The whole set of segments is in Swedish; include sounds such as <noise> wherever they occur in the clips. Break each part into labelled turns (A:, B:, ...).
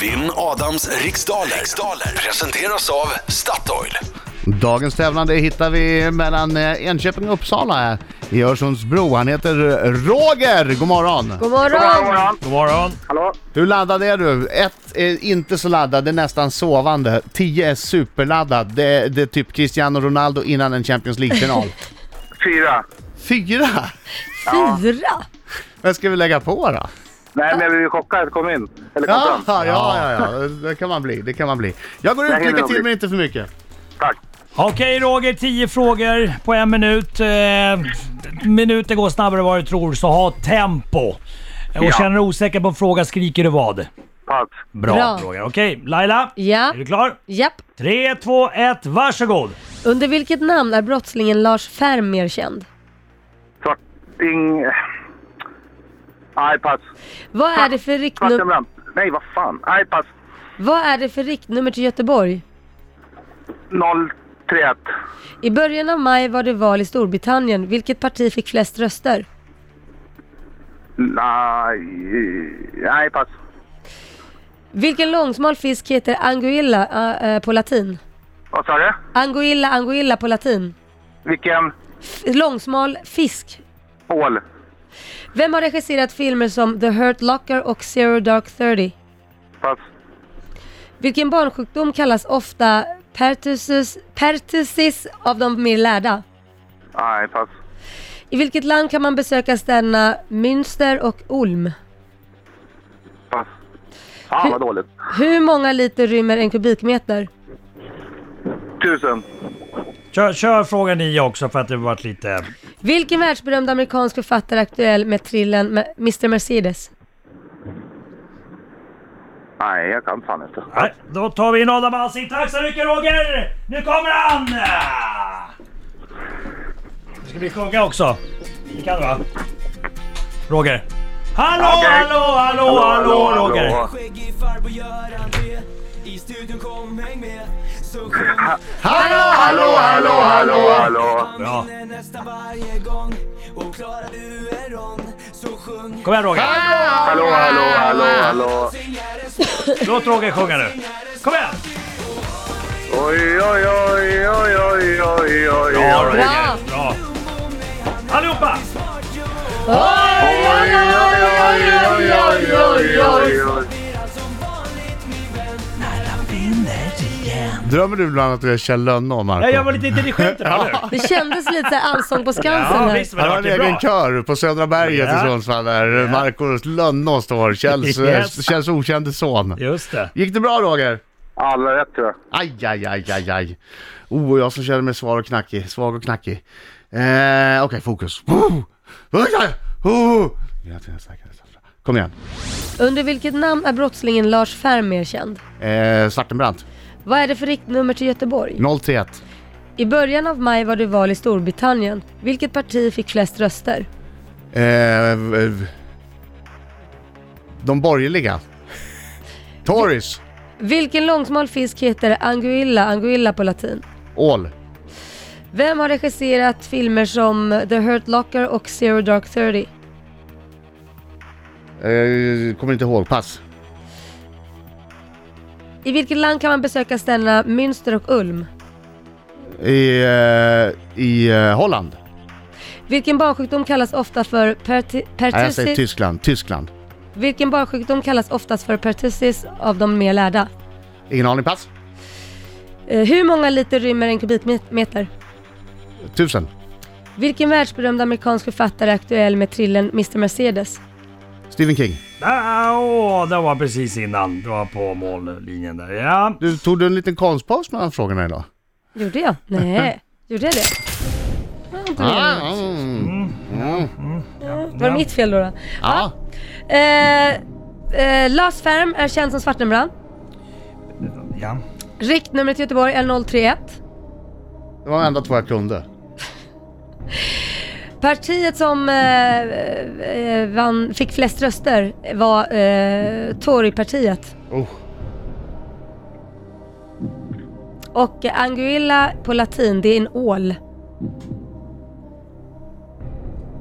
A: Vinn Adams riksdaler. riksdaler presenteras av Statoil.
B: Dagens tävlande hittar vi mellan eh, Enköping och Uppsala här i Örsundsbro. Han heter eh, Roger! God morgon!
C: God
D: God
C: morgon!
D: morgon.
E: God morgon.
D: Hallå?
B: Hur laddad är du? Ett är inte så laddad, det är nästan sovande. Tio är superladdad. Det är, det är typ Cristiano Ronaldo innan en Champions
E: <laughs>
B: League-final.
D: Fyra.
B: Fyra!
C: Fyra!
B: Vad ska vi lägga på då?
D: Nej, men jag blev ju chockad att kom in. Eller kom
B: Ja, ja,
D: fram.
B: ja, ja, det kan man bli. Det kan man bli. Jag går
D: Det
B: ut,
D: hinner
B: lycka
D: jag
B: till
D: bli.
B: men inte för mycket.
D: Tack.
E: Okej Roger, 10 frågor på en minut. Eh, minuter går snabbare än vad du tror, så ha tempo. Eh, Och
D: Ja.
E: känner du osäker på en fråga skriker du vad?
D: Pass.
E: Bra,
C: Bra.
E: Roger. Okej, Laila.
C: Ja.
E: Är du klar?
C: Japp.
E: 3, 2, 1, varsågod!
C: Under vilket namn är brottslingen Lars Färm mer känd?
D: Svarting... Nej, pass.
C: Vad är det för riktnummer,
D: Svartenbrandt. Nej, vad fan. Nej, pass.
C: vad är det för riktnummer till Göteborg?
D: 031.
C: I början av maj var det val i Storbritannien. Vilket parti fick flest röster?
D: Nej, nej, pass.
C: Vilken långsmal fisk heter anguilla äh, äh, på latin?
D: Vad sa du?
C: Anguilla, anguilla på latin.
D: Vilken
C: F- långsmal fisk.
D: ål?
C: Vem har regisserat filmer som The Hurt Locker och Zero Dark Thirty?
D: Pass.
C: Vilken barnsjukdom kallas ofta pertussis, pertussis av de mer lärda?
D: Nej, pass.
C: I vilket land kan man besöka städerna Münster och Ulm?
D: Pass. Fan, vad dåligt.
C: Hur många liter rymmer en kubikmeter?
D: Tusen.
E: Kör, kör fråga 9 också för att det varit lite...
C: Vilken världsberömd amerikansk författare är aktuell med thrillern Ma- Mr Mercedes?
D: Nej, jag kan fan inte.
E: Nej, då tar vi in Adam Alsing. Tack så mycket Roger! Nu kommer han! Nu ska vi sjunga också. Vi kan det va? Roger. Hallå,
D: Okej.
E: hallå, hallå, hallå, Roger!
F: Skäggig farbror gör André I studion kom häng med Så sjöng
D: Hallå, hallå, hallå, hallå.
E: Bra.
F: han vinner nästan varje gång Och klarar du en rond Så sjung
E: Kom igen Roger!
D: Hallå, hallå, hallå, hallå.
F: Singare svår
E: Låt Roger sjunga nu. Kom igen!
D: Oj, oj, oj, oj, oj, oj, oj,
E: Bra
D: oj.
E: Roger, bra. Allihopa!
B: Drömmer du ibland att du är Kjell Lönnå, Marko?
E: Jag var lite intelligent där, eller hur?
C: Det kändes lite såhär Allsång på Skansen
E: Ja
C: här.
E: visst, men
B: Han
E: det
B: har en
E: vart ju
B: egen
E: bra.
B: kör på Södra berget
E: Ja.
B: i Sundsvall där Marcos Lönnå står, Kjells,
E: <laughs> Yes.
B: Kjells okände son.
E: Just det.
B: Gick det bra Roger?
D: Alla rätt tror jag.
B: Aj, aj, aj, aj, aj. Oh, jag som känner mig svag och knackig, svag och knackig. Eh, Okej, fokus. Oh! Oh! Oh! Kom igen.
C: Under vilket namn är brottslingen Lars Färm mer känd?
B: Eh, Svartenbrandt,
C: Vad är det för riktnummer till Göteborg?
B: 031.
C: I början av maj var det val i Storbritannien. Vilket parti fick flest röster?
B: Eh, eh, de borgerliga. Tories,
C: Vilken långsmal fisk heter anguilla, anguilla på latin?
B: all.
C: Vem har regisserat filmer som The Hurt Locker och Zero Dark Thirty?
B: Eh, kommer inte ihåg, pass.
C: I vilket land kan man besöka städerna Münster och Ulm?
B: I, eh, i eh, Holland.
C: Vilken barnsjukdom kallas ofta för perti-
B: Nej, jag säger
C: pertussis?
B: Tyskland. Tyskland.
C: Vilken barnsjukdom kallas oftast för pertussis av de mer lärda?
B: Ingen aning. Pass.
C: Eh, Hur många liter rymmer en kubikmeter?
B: Tusen.
C: Vilken världsberömd amerikansk författare är aktuell med thrillern Mr Mercedes?
B: Stephen King.
E: Ah, Åh, det var precis innan. Det var på mållinjen där. Ja.
B: Du, tog du en liten konstpaus mellan frågorna idag?
C: Gjorde jag?
B: <laughs>
C: Nej, gjorde jag det? Jag har inte det.
B: Mm.
C: Var Mm. det mitt fel då? då?
B: Ja.
C: Eh, eh, Lars Färm är känd som Svartenbrand.
E: ja.
C: Riktnumret till Göteborg är 031.
B: Det var de enda två jag kunde.
C: Partiet som eh, eh, vann, fick flest röster var eh, Torypartiet.
B: Oh.
C: Och eh, anguilla på latin, det är en ål.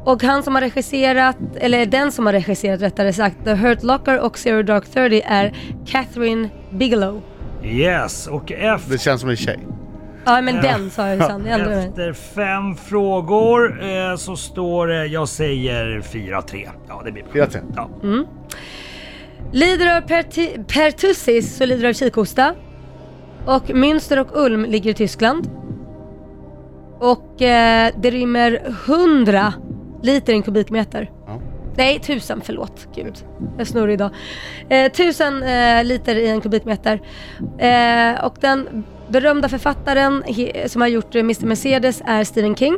C: Och han som har regisserat, eller den som har regisserat rättare sagt, The Hurt Locker och Zero Dark Thirty är Catherine Bigelow.
E: Yes, och efter...
B: Det känns som en tjej.
C: Ja men den sa jag ju sen, <laughs> jag ändrar mig.
E: Efter fem frågor eh, så står det, jag säger 4-3. Ja, det blir bra.
B: 4-3.
E: Ja.
C: Lider du av perti- pertussis så lider du av kikhosta. Och Münster och Ulm ligger i Tyskland. Och eh, det rymmer 100 liter i en kubikmeter.
B: Ja.
C: Nej, tusen, förlåt. Gud, jag är snurrig idag. Eh, tusen eh, liter i en kubikmeter. Eh, och den berömda författaren he- som har gjort eh, Mr Mercedes är Stephen King.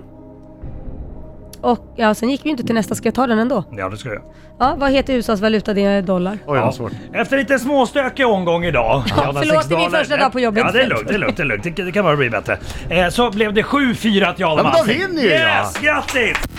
C: Och ja, sen gick vi inte till nästa, ska jag ta den ändå?
E: ja, det ska jag.
C: Ja, vad heter USAs valuta? Det är dollar.
B: Oj, jag har
E: Ja.
B: svårt.
E: Efter lite småstökig omgång idag. Ja,
C: förlåt, det är min första dag på jobbet.
E: Ja, det är lugnt. Det, är lugnt, det, är lugnt. det, det kan bara bli bättre. Eh, så blev det 7-4 till
B: Ja,
E: Adam
B: men då
E: Alsing.
B: vinner ju jag.
E: Yes, grattis!